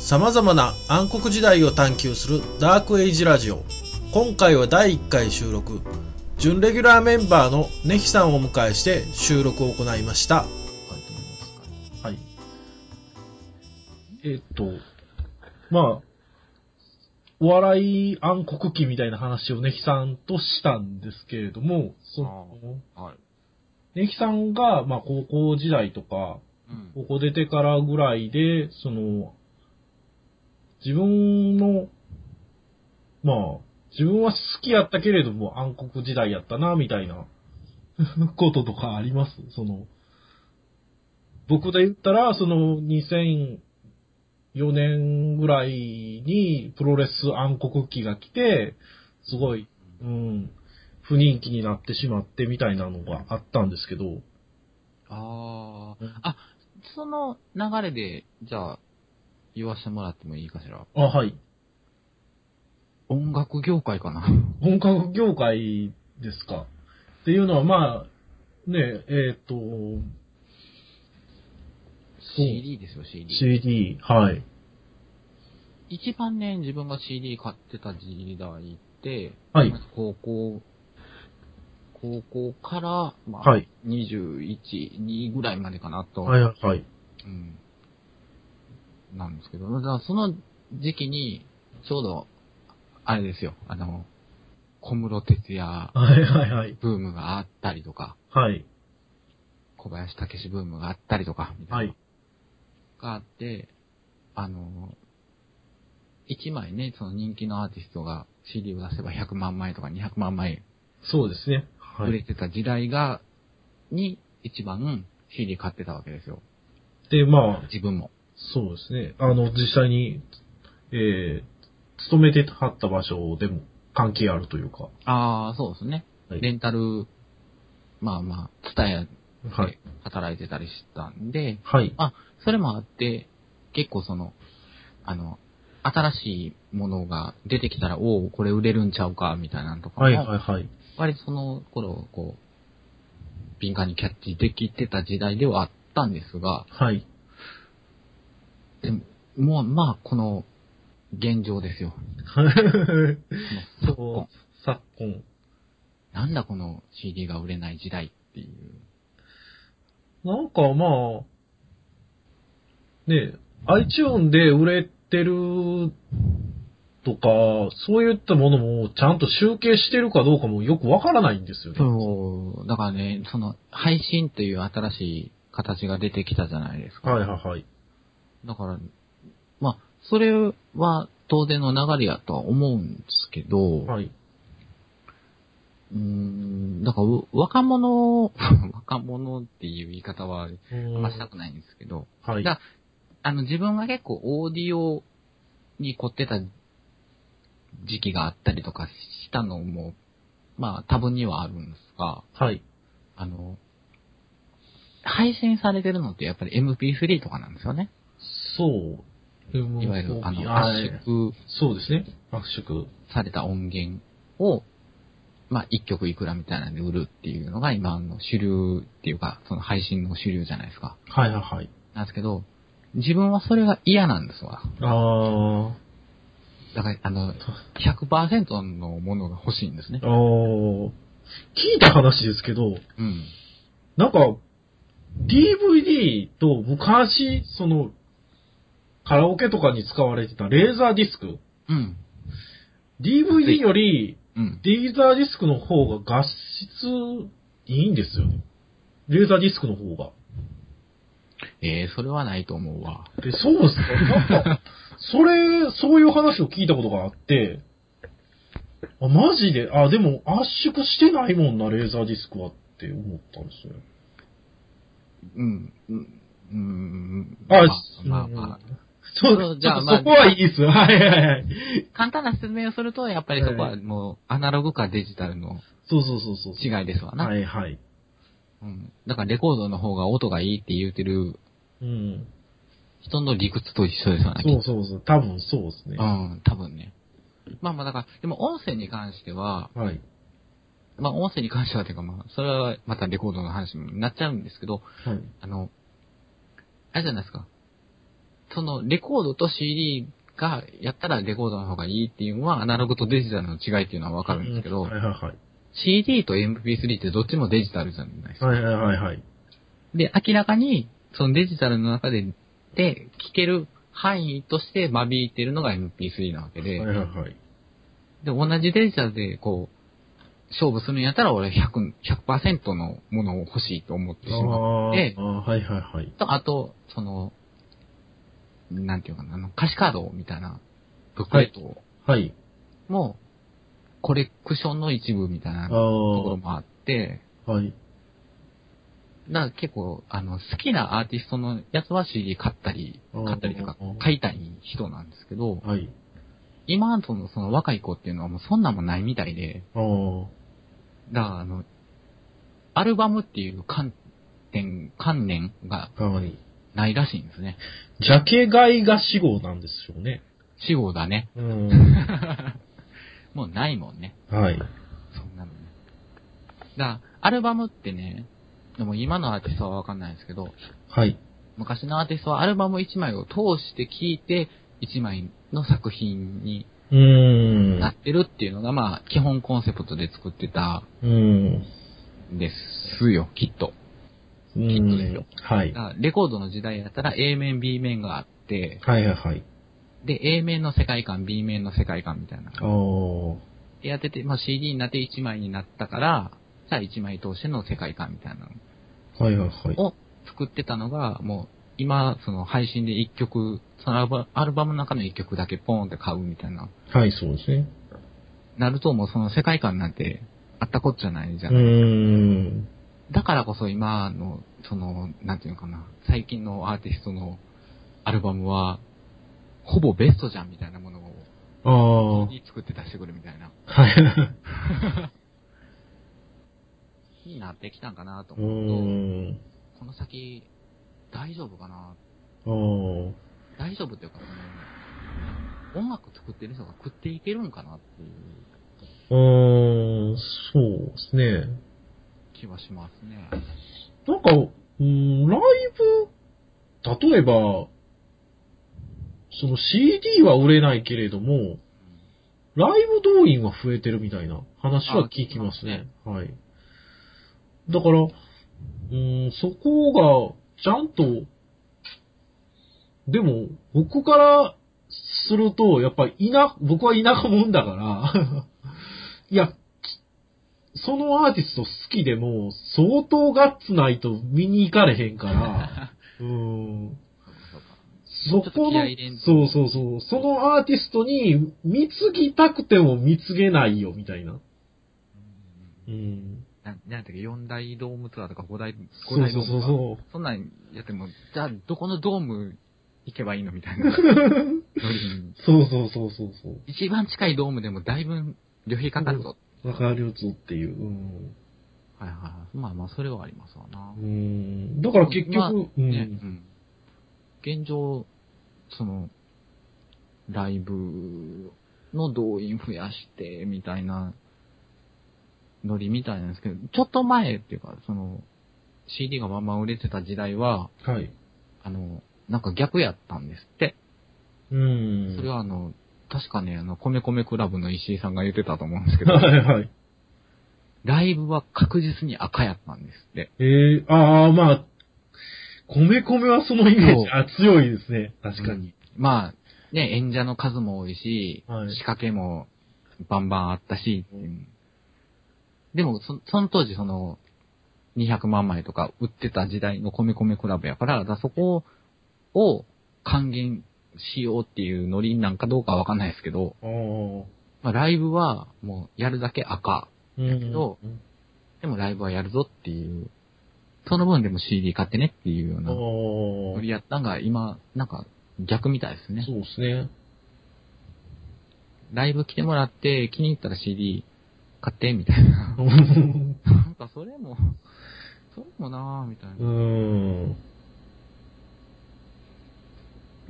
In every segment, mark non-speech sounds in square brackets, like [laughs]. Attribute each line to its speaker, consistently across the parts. Speaker 1: さまざまな暗黒時代を探求するダークエイジラジオ今回は第1回収録準レギュラーメンバーのネヒさんをお迎えして収録を行いました
Speaker 2: はい。えっと、まあ、お笑い暗黒期みたいな話をネヒさんとしたんですけれども、その
Speaker 3: はい。
Speaker 2: ネヒさんが、まあ、高校時代とか、
Speaker 3: うん。
Speaker 2: 高校出てからぐらいで、その、自分の、まあ、自分は好きやったけれども暗黒時代やったな、みたいな [laughs] こととかありますその、僕で言ったら、その2004年ぐらいにプロレス暗黒期が来て、すごい、うん、不人気になってしまってみたいなのがあったんですけど、
Speaker 3: あ
Speaker 2: うん
Speaker 3: あ。あ、その流れで、じゃあ、言わせてもらってもいいかしら。
Speaker 2: あ、はい。
Speaker 3: 音楽業界かな。
Speaker 2: 本格業界ですか。っていうのは、まあ、ねえ、えーっ、と、
Speaker 3: CD ですよ、CD。
Speaker 2: CD、はい。
Speaker 3: 一番ね、自分が CD 買ってた時代って、
Speaker 2: はい
Speaker 3: まず高校、高校から、まあ、
Speaker 2: はい。
Speaker 3: 21、2ぐらいまでかなと。
Speaker 2: はい、はい。
Speaker 3: うん。なんですけど、だからその時期に、ちょうど、あれですよ、あの、小室哲也
Speaker 2: はい、はい、はい。
Speaker 3: ブームがあったりとか、
Speaker 2: はい。
Speaker 3: 小林武史ブームがあったりとか、みた
Speaker 2: はいい
Speaker 3: な。。があって、あの、一枚ね、その人気のアーティストが CD を出せば100万枚とか200万枚
Speaker 2: そうですね。は
Speaker 3: 売れ
Speaker 2: い。
Speaker 3: てた時代が、に一番 CD 買ってたわけですよ。
Speaker 2: で、まあ、
Speaker 3: 自分も。
Speaker 2: そうですね。あの、実際に、えー、勤めてはった場所でも関係あるというか。
Speaker 3: ああ、そうですね。
Speaker 2: はい
Speaker 3: レンタル、まあまあ、ツタヤ
Speaker 2: はい。
Speaker 3: 働いてたりしたんで、
Speaker 2: はい。
Speaker 3: それもあって、結構その、あの、新しいものが出てきたら、おお、これ売れるんちゃうか、みたいなのとかも、
Speaker 2: はい、はい、はい。
Speaker 3: 割とその頃、こう、敏感にキャッチできてた時代ではあったんですが、
Speaker 2: はい。
Speaker 3: でも、もう、まあ、この、現状ですよ。
Speaker 2: [laughs] そ
Speaker 3: こ
Speaker 2: う、昨今。
Speaker 3: のなんだこの CD が売れない時代っていう。
Speaker 2: なんかまあ、ねえ、iTune で売れてるとか、そういったものもちゃんと集計してるかどうかもよくわからないんですよね。
Speaker 3: そう、だからね、その、配信という新しい形が出てきたじゃないですか。
Speaker 2: はいはいはい。
Speaker 3: だから、まあ、それは当然の流れやとは思うんですけど、
Speaker 2: はい。
Speaker 3: うーん、だからう、若者、 [laughs] 若者っていう言い方は
Speaker 2: うーん
Speaker 3: あんましたくないんですけど、
Speaker 2: はい。
Speaker 3: だあの、自分が結構オーディオに凝ってた時期があったりとかしたのも、まあ、多分にはあるんですが、
Speaker 2: はい。
Speaker 3: あの、配信されてるのってやっぱり MP3 とかなんですよね。
Speaker 2: そう。い
Speaker 3: いわゆる、あの、
Speaker 2: はい
Speaker 3: 圧縮
Speaker 2: そうですね。圧縮。
Speaker 3: された音源を、まあ、一曲いくらみたいなんで売るっていうのが今の主流っていうか、その配信の主流じゃないですか。
Speaker 2: はいはいはい。
Speaker 3: なんですけど、自分はそれが嫌なんですわ。
Speaker 2: あ
Speaker 3: だから、あの、100%のものが欲しいんですね
Speaker 2: ー、あ。ー、聞いた話ですけど、
Speaker 3: うん。
Speaker 2: なんか、DVD と昔、その、カラオケとかに使われてたレーザーディスク。
Speaker 3: うん。
Speaker 2: DVD より、
Speaker 3: うん。
Speaker 2: レーザーディスクの方が画質いいんですよね。レーザーディスクの方が。
Speaker 3: えー、それはないと思うわ。
Speaker 2: え、そうですかなん [laughs] か、それ、そういう話を聞いたことがあって、あ、マジで、あ、でも圧縮してないもんな、レーザーディスクはって思ったんですよね。
Speaker 3: うん。うんうん。
Speaker 2: あ、
Speaker 3: まあまあまあ。
Speaker 2: そう
Speaker 3: そう
Speaker 2: じ
Speaker 3: じ
Speaker 2: ゃ
Speaker 3: ゃ
Speaker 2: あ、
Speaker 3: あ
Speaker 2: ま
Speaker 3: ま
Speaker 2: あ、
Speaker 3: あ
Speaker 2: そこはいいですよ。はいはいはい。
Speaker 3: 簡単な説明をすると、やっぱりそこはもう、アナログかデジタルの
Speaker 2: そうそうそうそう。
Speaker 3: 違いですわな。
Speaker 2: はいはい。
Speaker 3: うん。だからレコードの方が音がいいって言うてる
Speaker 2: うん。
Speaker 3: 人の理屈と一緒ですわな、
Speaker 2: そう
Speaker 3: きっ
Speaker 2: そうそう。多分そうですね
Speaker 3: と。う。ん、多分ね。まあまあ、だから、でも音声に関しては、
Speaker 2: はい。
Speaker 3: まあ音声に関してはというかまあ、それはまたレコードの話になっちゃうんですけど、
Speaker 2: はい。
Speaker 3: あの、あれじゃないですか。その、レコードと CD が、やったらレコードの方がいいっていうのは、アナログとデジタルの違いっていうのはわかるんですけど、
Speaker 2: はいはいはい。
Speaker 3: CD と MP3 ってどっちもデジタルじゃないですか。
Speaker 2: はいはいはいはい。
Speaker 3: で、明らかに、そのデジタルの中で、で、聞ける範囲として間引いてるのが MP3 なわけで、
Speaker 2: はいはいはい。
Speaker 3: で、同じデジタルで、こう、勝負するんやったら俺100、100%のものを欲しいと思ってし
Speaker 2: あ
Speaker 3: まう。
Speaker 2: あ
Speaker 3: で
Speaker 2: ー、はいはいはい。
Speaker 3: と、あと、その、なんていうかな、あの、歌詞カードみたいな、ブックレット
Speaker 2: はい。
Speaker 3: も、コレクションの一部みたいな
Speaker 2: あ
Speaker 3: ところ
Speaker 2: あ
Speaker 3: もあって、
Speaker 2: はい。
Speaker 3: だから結構、あの、好きなアーティストのやつは CD 買ったり、
Speaker 2: あー
Speaker 3: 買ったりとか、買いたい人なんですけど、
Speaker 2: はい。
Speaker 3: 今のそのその若い子っていうのはもうそんなんもないみたいで、
Speaker 2: ああ。
Speaker 3: だから、あの、アルバムっていう観点、観念が
Speaker 2: かわいい。
Speaker 3: ないらしいんですね。
Speaker 2: ジャケ買いが死後なんですよね。
Speaker 3: 死後だね。
Speaker 2: うん。
Speaker 3: もうないもんね。
Speaker 2: はい。
Speaker 3: そんなのね。だから、アルバムってね、でも今のアーティストはわかんないですけど、
Speaker 2: はい。
Speaker 3: 昔のアーティストはアルバム1枚を通して聴いて、1枚の作品に
Speaker 2: うーん。
Speaker 3: なってるっていうのが、まあ、基本コンセプトで作ってた
Speaker 2: うん。
Speaker 3: んですよ、きっと。
Speaker 2: う
Speaker 3: きっとですよ
Speaker 2: ん。はい
Speaker 3: だ。からレコードの時代だったら A 面、B 面があって、
Speaker 2: はいはいはい。
Speaker 3: で、A 面の世界観、B 面の世界観みたいな。
Speaker 2: ああ。
Speaker 3: でやってて、まあ、CD になって1枚になったから、さあ1枚通しての世界観みたいなの
Speaker 2: はいはいはい。
Speaker 3: を作ってたのが、もう今、その配信で1曲、そのアルバアルバムの中の1曲だけポーンって買うみたいな。
Speaker 2: はい、そうですね。
Speaker 3: なるともうその世界観なんてあったこっちゃないじ
Speaker 2: う
Speaker 3: ゃ
Speaker 2: ー
Speaker 3: ん。
Speaker 2: ん。
Speaker 3: だからこそ今の、その、なんていうのかな、最近のアーティストのアルバムは、ほぼベストじゃんみたいなものを、
Speaker 2: ああ。はい。
Speaker 3: 作って出してくるみたいな。になってきたんかなと
Speaker 2: [laughs] うー
Speaker 3: 思うと、
Speaker 2: ん。
Speaker 3: この先、大丈夫かな
Speaker 2: ああ。
Speaker 3: 大丈夫っていうか、その、音楽作ってる人が食っていけるんかなっていう
Speaker 2: うーん、そうですね。
Speaker 3: 気はしますね。
Speaker 2: なんか、うん、ライブ、例えば、その CD は売れないけれども、ライブ動員は増えてるみたいな話は聞きますね。はい。だから、うん、そこが、ちゃんと、でも、僕からすると、やっぱり田、僕は田舎もんだから、いや、そのアーティスト好きでも、相当ガッツないと見に行かれへん
Speaker 3: [laughs]
Speaker 2: から、うん。
Speaker 3: そう
Speaker 2: そ
Speaker 3: かそうかちょっと
Speaker 2: こ
Speaker 3: 気
Speaker 2: の
Speaker 3: 合い入れん、と
Speaker 2: そうそうそう、そのアーティストに貢ぎたくても貢げないよ、みたいな。うん。
Speaker 3: ななんていうか、4大ドームツアーとか5大、
Speaker 2: そ
Speaker 3: 5
Speaker 2: う
Speaker 3: 大
Speaker 2: そ
Speaker 3: ド
Speaker 2: うそ
Speaker 3: ームツア
Speaker 2: う
Speaker 3: ー
Speaker 2: そ
Speaker 3: そんなんやっても、じゃあ、どこのドーム行けばいいのみたい [laughs] な。ノリに
Speaker 2: う。そうそうそうそうそ
Speaker 3: 一番近いドームでもだいぶ旅費かかるぞ。
Speaker 2: う。わかるよ、つっていう。うん。
Speaker 3: はいはいはい。まあまあ、それはありますわな。
Speaker 2: うん。だから結局、
Speaker 3: まあ
Speaker 2: う
Speaker 3: ね、
Speaker 2: ん。
Speaker 3: 現状、その、ライブの動員増やして、みたいな、ノリみたいなんですけど、ちょっと前っていうか、その、CD がまんま売れてた時代は、
Speaker 2: はい。
Speaker 3: あの、なんか逆やったんですって。
Speaker 2: うん。
Speaker 3: それ
Speaker 2: は。
Speaker 3: はあの、確かね、あの、米米クラブの石井さんが言ってたと思うんです
Speaker 2: [laughs]
Speaker 3: けど、
Speaker 2: [laughs] はいはい。
Speaker 3: ライブは確実に赤やったんですって。
Speaker 2: えー、ああ、まあ、米米はそのイメージ、あ、強いですね。確かに。
Speaker 3: に。まあ、ね、演者の数も多いし、
Speaker 2: はい
Speaker 3: 仕掛けもバンバンあったし、っていうでもそ、その当時その、200万枚とか売ってた時代の米米クラブやから、だからそこを還元しようっていうノリなんかどうかはわかんないですけど、
Speaker 2: ああ。
Speaker 3: まあライブはもうやるだけ赤。
Speaker 2: うん
Speaker 3: けどでもライブはやるぞっていう。その分でも CD 買ってねっていうよう
Speaker 2: ああ。
Speaker 3: な
Speaker 2: そ
Speaker 3: ノリやったんが今、なんか逆みたいですね。
Speaker 2: うですね。
Speaker 3: [laughs] ライブ来てもらって、気に入ったら CD 買って、みた
Speaker 2: [laughs]
Speaker 3: いな。
Speaker 2: う
Speaker 3: なんかそれも、それもなぁ、みたいな。
Speaker 2: ん。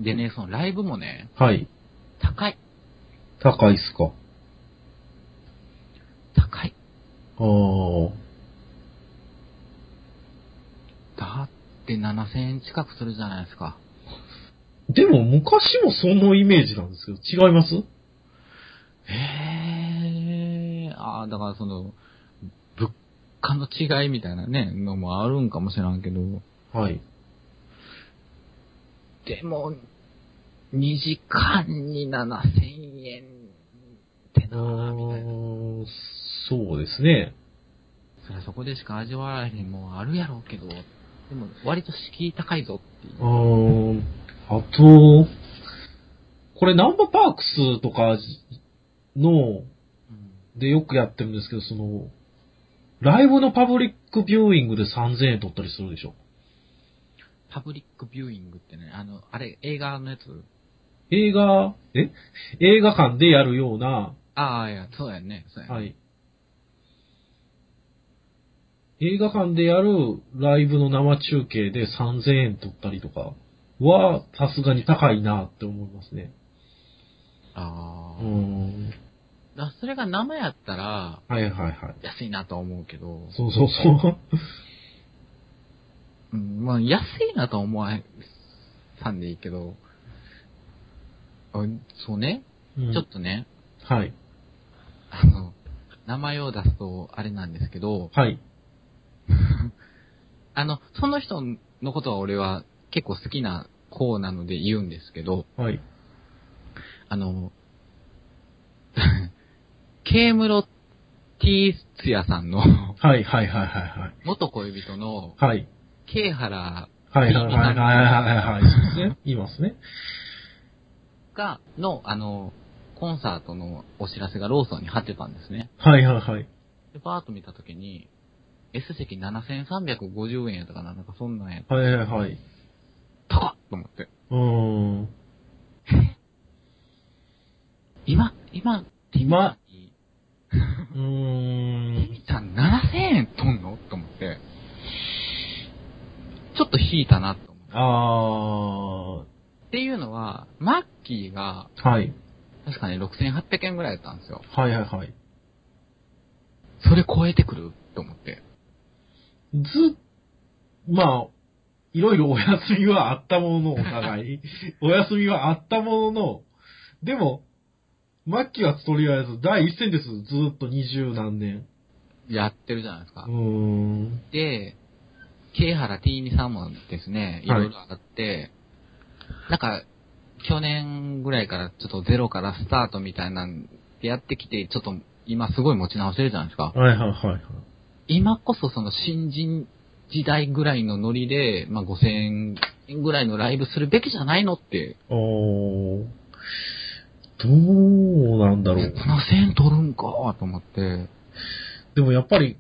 Speaker 3: でね、そのライブもね、
Speaker 2: はい。
Speaker 3: 高い。
Speaker 2: 高いっすか。
Speaker 3: 高い。
Speaker 2: ああ。
Speaker 3: だって7000円近くするじゃないですか。
Speaker 2: でも昔もそのイメージなんですけど、違います
Speaker 3: へえ、ああ、だからその、物価の違いみたいなね、のもあるんかもしらんけど、
Speaker 2: はい。
Speaker 3: でも、2時間に7000円って
Speaker 2: う
Speaker 3: なぁ、みたいな。
Speaker 2: ーん、そうですね。
Speaker 3: そりゃそこでしか味わわれへんもんあるやろうけど、でも割と敷居高いぞっていう
Speaker 2: う。ーん、あと、これナンバーパークスとかの、
Speaker 3: うん
Speaker 2: でよくやってるんですけど、その、ライブのパブリックビューイングで3000円取ったりするでしょ。
Speaker 3: パブリックビューイングってね、あの、あれ、映画のやつ
Speaker 2: 映画、え映画館でやるような、
Speaker 3: ああ、いや、そうやね、そうやね。
Speaker 2: はい。映画館でやるライブの生中継で3000円取ったりとかは、さすがに高いなって思いますね。
Speaker 3: あ
Speaker 2: う
Speaker 3: あ、
Speaker 2: ーん。
Speaker 3: だからそれが生やったら、
Speaker 2: はいはいはい。
Speaker 3: 安いなとは思うけど、
Speaker 2: そうそうそう。
Speaker 3: うん、まあ、安いなとは思わへんさんでいいけど、あそうね、
Speaker 2: うん
Speaker 3: ちょっとね、
Speaker 2: はい。
Speaker 3: あの、名前を出すとあれなんですけど、
Speaker 2: はい。
Speaker 3: あの、その人のことは俺は結構好きな方なので言うんですけど、
Speaker 2: はい。
Speaker 3: あの、 [laughs] ケームロ・ティーツヤさんの
Speaker 2: はいはいはいはいはい。
Speaker 3: 元恋人の
Speaker 2: はい。
Speaker 3: ケイハラ
Speaker 2: はいはいはいはいはいはい。そうですね。いますね。
Speaker 3: が、の、あの、コンサートのお知らせがローソンに貼ってたんですね。
Speaker 2: はいはいはい。
Speaker 3: で、バーッと見たときに、S 席7350円やとかな、なんかそんなんや
Speaker 2: はいはいはい。
Speaker 3: 高っと思って。
Speaker 2: うーん。
Speaker 3: 今、今、ティミ
Speaker 2: 今
Speaker 3: タに
Speaker 2: うー
Speaker 3: テ
Speaker 2: ん。
Speaker 3: ミちゃん7000円取んのと思って、ちょっと引いたなと思って。
Speaker 2: あ
Speaker 3: っていうのは、マッキーが、
Speaker 2: ー。はい。
Speaker 3: 確かね、6800円ぐらいだったんですよ。
Speaker 2: はいはいはい。
Speaker 3: それ超えてくると思って。
Speaker 2: ず、まあ、いろいろお休みはあったものの、お互 [laughs] い。お休みはあったものの、でも、末期はとりあえず第一線です。ずっと二十何年。
Speaker 3: やってるじゃないですか
Speaker 2: うー。ん。
Speaker 3: で、ケイハラ T2 さんもですね、い
Speaker 2: はい
Speaker 3: ろいろあって、なんか、去年ぐらいからちょっとゼロからスタートみたいなんでやってきて、ちょっと今すごい持ち直してるじゃないですか。
Speaker 2: はいはいはいはい。
Speaker 3: 今こそその新人時代ぐらいのノリで、まあ、5000円ぐらいのライブするべきじゃないのって、
Speaker 2: おー。どうなんだろう。
Speaker 3: 7000円取るんかと思って、
Speaker 2: でもやっぱり、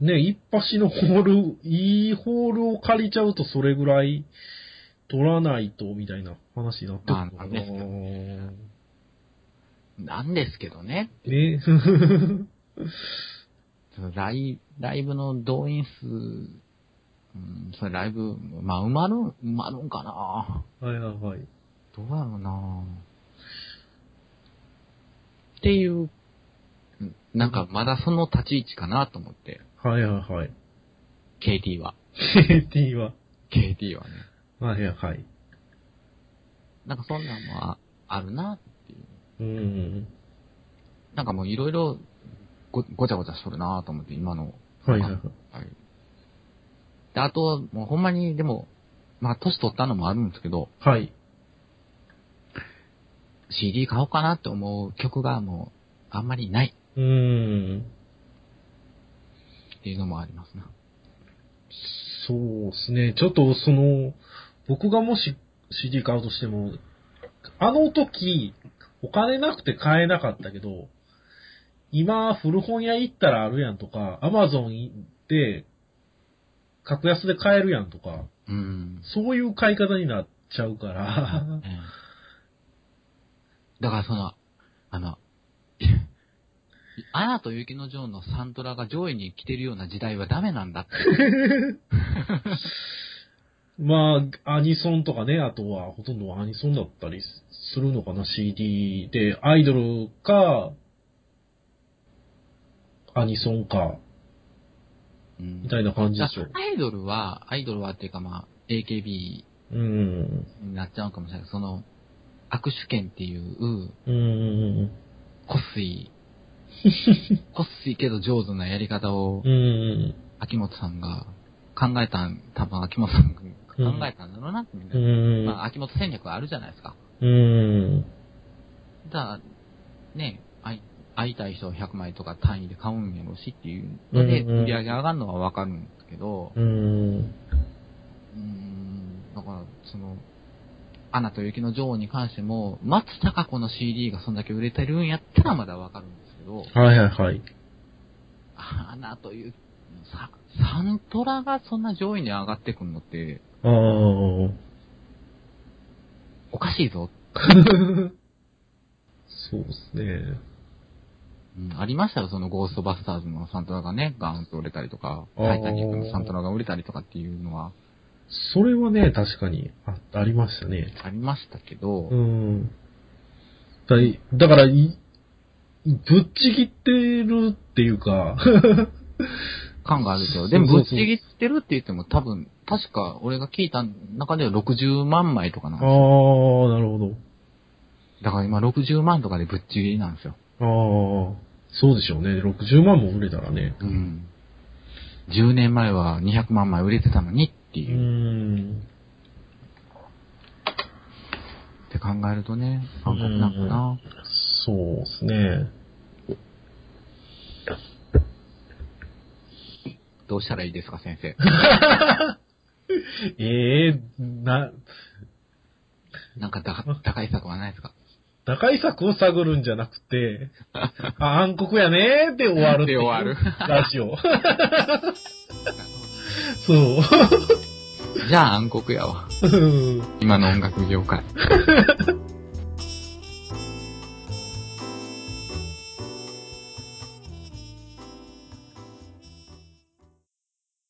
Speaker 2: ね、一発のホール、いいホールを借りちゃうとそれぐらい取らないと、みたいな話になってくるの
Speaker 3: まあ
Speaker 2: かな。
Speaker 3: ですけどねなんですけどね、
Speaker 2: ね。 [laughs]
Speaker 3: そのライライブの動員数、うん、それライブ、まあ、埋まるん、埋まるんかな
Speaker 2: はいはいはい。
Speaker 3: どうだろうなっていう、うんなんかまだその立ち位置かなと思って、
Speaker 2: はいはいはい。 [laughs]
Speaker 3: KT は。
Speaker 2: KT は。
Speaker 3: KT はね。
Speaker 2: はいはいはい。
Speaker 3: なんかそんなんもああるな
Speaker 2: うん。
Speaker 3: なんかもういろいろごごちゃごちゃしとるなぁと思って、今の。
Speaker 2: はいはいはい。
Speaker 3: はい。で、あと、もうほんまに、でも、まあ、年取ったのもあるんですけど、
Speaker 2: はい。
Speaker 3: CD 買おうかなって思う曲がもう、あんまりない
Speaker 2: うん。
Speaker 3: っていうのもありますな。
Speaker 2: そうですね。ちょっとその、僕がもし CD 買うとしても、あの時、お金なくて買えなかったけど、今、古本屋行ったらあるやんとか、アマゾン行って、格安で買えるやんとか、
Speaker 3: うん。
Speaker 2: そういう買い方になっちゃう
Speaker 3: [laughs]
Speaker 2: から、
Speaker 3: ええだからその、あの、 [laughs] アナと雪の女王のサントラが上位に来てるような時代はダメなんだって。
Speaker 2: まあ、アニソンとかね、あとはほとんどアニソンだったりするのかな、CD で、アイドルか、アニソンか、
Speaker 3: うん
Speaker 2: みたいな感じでしょ。
Speaker 3: アイドルは、アイドルはっていうかまあ、AKB
Speaker 2: うん。
Speaker 3: になっちゃうかもしれない。その、握手券っていう、
Speaker 2: うんうん
Speaker 3: こっ
Speaker 2: [laughs]
Speaker 3: すい、こっすいけど上手なやり方を
Speaker 2: うん。う、ん
Speaker 3: 秋元さんが考えたん、多分秋元さんが考えたんだろうなってみん
Speaker 2: う
Speaker 3: な。
Speaker 2: ん。
Speaker 3: まあ、秋元戦略はあるじゃないですか。
Speaker 2: うん。
Speaker 3: だから、ね、会い会いたい人を100枚とか単位で買うんやろうしっていう
Speaker 2: うんう
Speaker 3: の
Speaker 2: ん
Speaker 3: で、売り上げ上がるのはわかるんですけど、
Speaker 2: うん。
Speaker 3: うーん、だから、その、アナと雪の女王に関しても、松たか子の CD がそんだけ売れてるんやったらまだわかるんですけど、
Speaker 2: はいはいはい。
Speaker 3: アナと雪、さサントラがそんな上位に上がってくるのって、
Speaker 2: ああ。
Speaker 3: おかしいぞ、
Speaker 2: そうですね。
Speaker 3: うんありましたよ、そのゴーストバスターズのサントラがね、ガーンと売れたりとか、
Speaker 2: あー
Speaker 3: タイタニックのサントラが売れたりとかっていうのは
Speaker 2: それはね、確かに、あ、ありましたね。
Speaker 3: ありましたけど、
Speaker 2: うん。だいだからい、ぶっちぎってるっていうか、
Speaker 3: 感があるけ
Speaker 2: そう
Speaker 3: ど、でも
Speaker 2: そうそう
Speaker 3: ぶっちぎってるって言っても多分、確か俺が聞いた中では60万枚とかな
Speaker 2: あ
Speaker 3: ん
Speaker 2: あ、
Speaker 3: ですよ。
Speaker 2: なるほど。
Speaker 3: だから今60万とかでぶっちぎりなんですよ。
Speaker 2: ああ、そうでしょうね。60万も売れたらね。
Speaker 3: うん。10年前は200万枚売れてたのにって
Speaker 2: う
Speaker 3: いう、
Speaker 2: ん。
Speaker 3: って考えるとね、韓国なんかな。
Speaker 2: そうですね。
Speaker 3: どうしたらいいですか、先生。
Speaker 2: ええな、
Speaker 3: なんか打打開策はないですか
Speaker 2: 打開策を探るんじゃなくて、あ暗黒やねーって終わるっていう
Speaker 3: で終わる
Speaker 2: ラジオ。 [laughs] そう。 [laughs]
Speaker 3: じゃあ暗黒やわ。今の音楽業界。